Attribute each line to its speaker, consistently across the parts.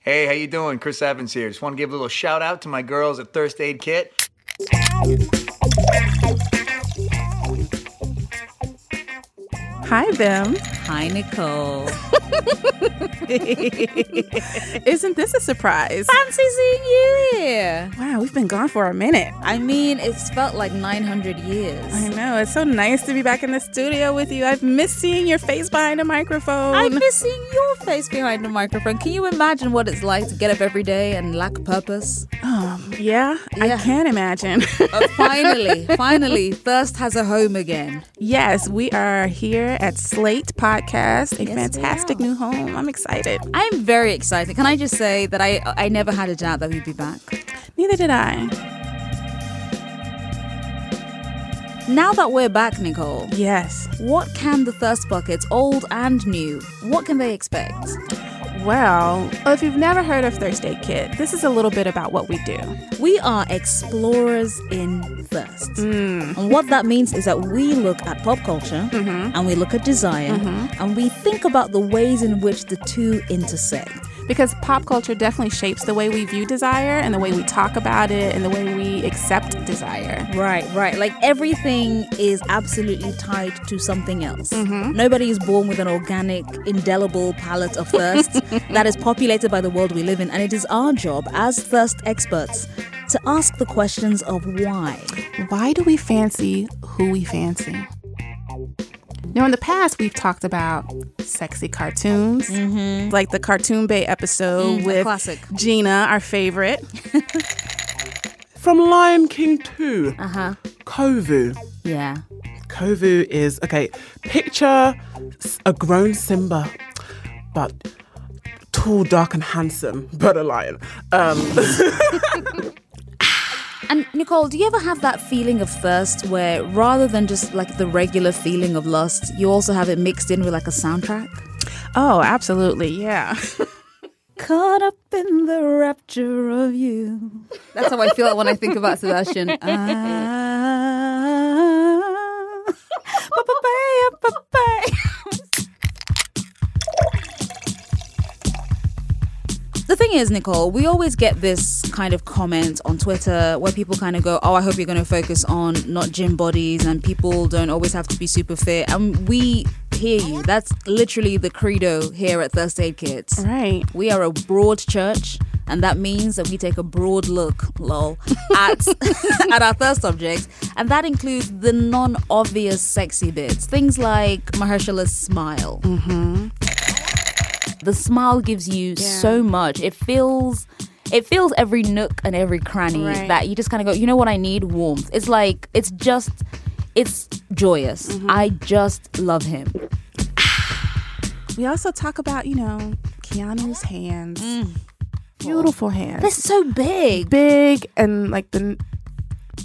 Speaker 1: Hey, how you doing? Chris Evans here. Just want to give a little shout out to my girls at Thirst Aid Kit.
Speaker 2: Hi, them.
Speaker 3: Hi, Nicole.
Speaker 2: Isn't this a surprise?
Speaker 3: Fancy seeing you here.
Speaker 2: Wow, we've been gone for a minute.
Speaker 3: I mean, it's felt like 900 years.
Speaker 2: I know. It's so nice to be back in the studio with you. I've missed seeing your face behind a microphone.
Speaker 3: I miss seeing your face behind the microphone. Can you imagine what it's like to get up every day and lack purpose?
Speaker 2: Um, yeah, I
Speaker 3: Yeah.
Speaker 2: can imagine.
Speaker 3: But finally, finally, Thirst has a home again.
Speaker 2: yes, we are here at Slate Podcast, a
Speaker 3: Yes, we
Speaker 2: fantastic
Speaker 3: are.
Speaker 2: new home. I'm excited.
Speaker 3: I'm very excited. Can I just say that I, I never had a doubt that we'd be back.
Speaker 2: Neither did I.
Speaker 3: Now that we're back, Nicole,
Speaker 2: Yes.
Speaker 3: what can the Thirst Buckets, old and new, what can they expect?
Speaker 2: Well, if you've never heard of Thursday Kid, this is a little bit about what we do.
Speaker 3: We are explorers in thirst. And what that means is that we look at pop culture and we look at desire and we think about the ways in which the two intersect.
Speaker 2: Because pop culture definitely shapes the way we view desire and the way we talk about it and the way we accept desire.
Speaker 3: Right, right. Like everything is absolutely tied to something else. Nobody is born with an organic, indelible palette of thirst that is populated by the world we live in. And it is our job as thirst experts to ask the questions of why.
Speaker 2: Why do we fancy who we fancy? Now, in the past, we've talked about sexy cartoons, like the Cartoon Bay episode with
Speaker 3: classic.
Speaker 2: Gina, our favorite.
Speaker 4: From Lion King 2,
Speaker 3: Uh huh.
Speaker 4: Kovu.
Speaker 3: Yeah.
Speaker 4: Kovu is, okay, picture s- a grown Simba, but tall, dark, and handsome, but a lion. Um,
Speaker 3: And Nicole, do you ever have that feeling of thirst where rather than just like the regular feeling of lust, you also have it mixed in with like a soundtrack?
Speaker 2: Oh, absolutely. Yeah.
Speaker 3: Caught up in the rapture of you. That's how I feel when I think about Sebastian. Ah. The thing is, Nicole, we always get this kind of comment on Twitter where people kind of go, Oh, I hope you're going to focus on not gym bodies and people don't always have to be super fit. And we hear you. That's literally the credo here at First Aid Kids.
Speaker 2: right.
Speaker 3: We are a broad church, and that means that we take a broad look, lol, at at our third subjects, and that includes the non-obvious sexy bits, things like Mahershala's smile. Mm-hmm. The smile gives you so much. It feels. It feels every nook and every cranny
Speaker 2: Right.
Speaker 3: that you just kind of go, you know what, I need warmth. It's like, it's just, it's joyous. I just love him.
Speaker 2: We also talk about, you know, Keanu's hands. Beautiful hands.
Speaker 3: They're so big.
Speaker 2: big and like the n-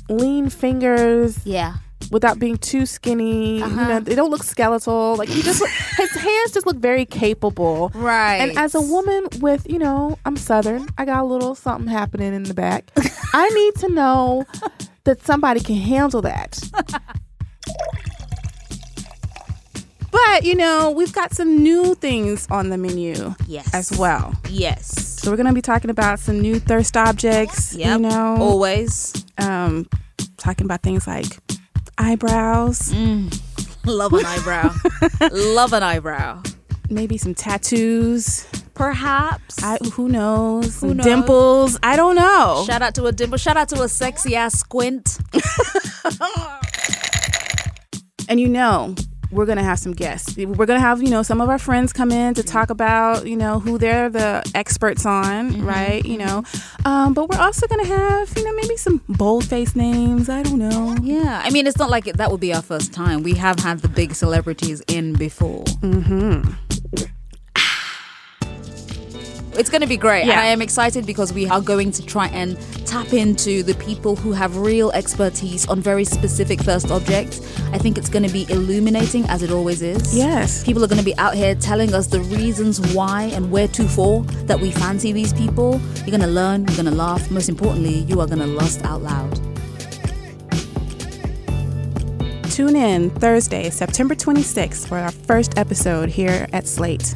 Speaker 2: lean fingers
Speaker 3: Yeah.
Speaker 2: without being too skinny. You know, they don't look skeletal. Like he just look, his hands just look very capable.
Speaker 3: Right.
Speaker 2: And as a woman with, you know, I'm southern. I got a little something happening in the back. I need to know that somebody can handle that. But, you know, we've got some new things on the menu
Speaker 3: Yes.
Speaker 2: as well.
Speaker 3: Yes.
Speaker 2: So we're going to be talking about some new thirst objects,
Speaker 3: Yep.
Speaker 2: you know,
Speaker 3: Always.
Speaker 2: um, talking about things like eyebrows,
Speaker 3: Love an eyebrow. Love an eyebrow.
Speaker 2: maybe some tattoos.
Speaker 3: Perhaps.
Speaker 2: I, who knows?
Speaker 3: knows?
Speaker 2: Dimples. I don't know.
Speaker 3: Shout out to a dimple. Shout out to a sexy ass squint.
Speaker 2: and you know, we're gonna have some guests. We're gonna have you know some of our friends come in to talk about you know who they're the experts on, right? You know, um, but we're also gonna have you know maybe some bold face names. I don't know.
Speaker 3: Yeah. I mean, it's not like it, that would be our first time. We have had the big celebrities in before. Mm-hmm. It's going to be great. And
Speaker 2: Yeah.
Speaker 3: I am excited because we are going to try and tap into the people who have real expertise on very specific first objects. I think it's going to be illuminating as it always is.
Speaker 2: Yes.
Speaker 3: People are going to be out here telling us the reasons why and where to for that we fancy these people. You're going to learn, you're going to laugh. Most importantly, you are going to lust out loud.
Speaker 2: Tune in Thursday, September 26th, for our first episode here at Slate.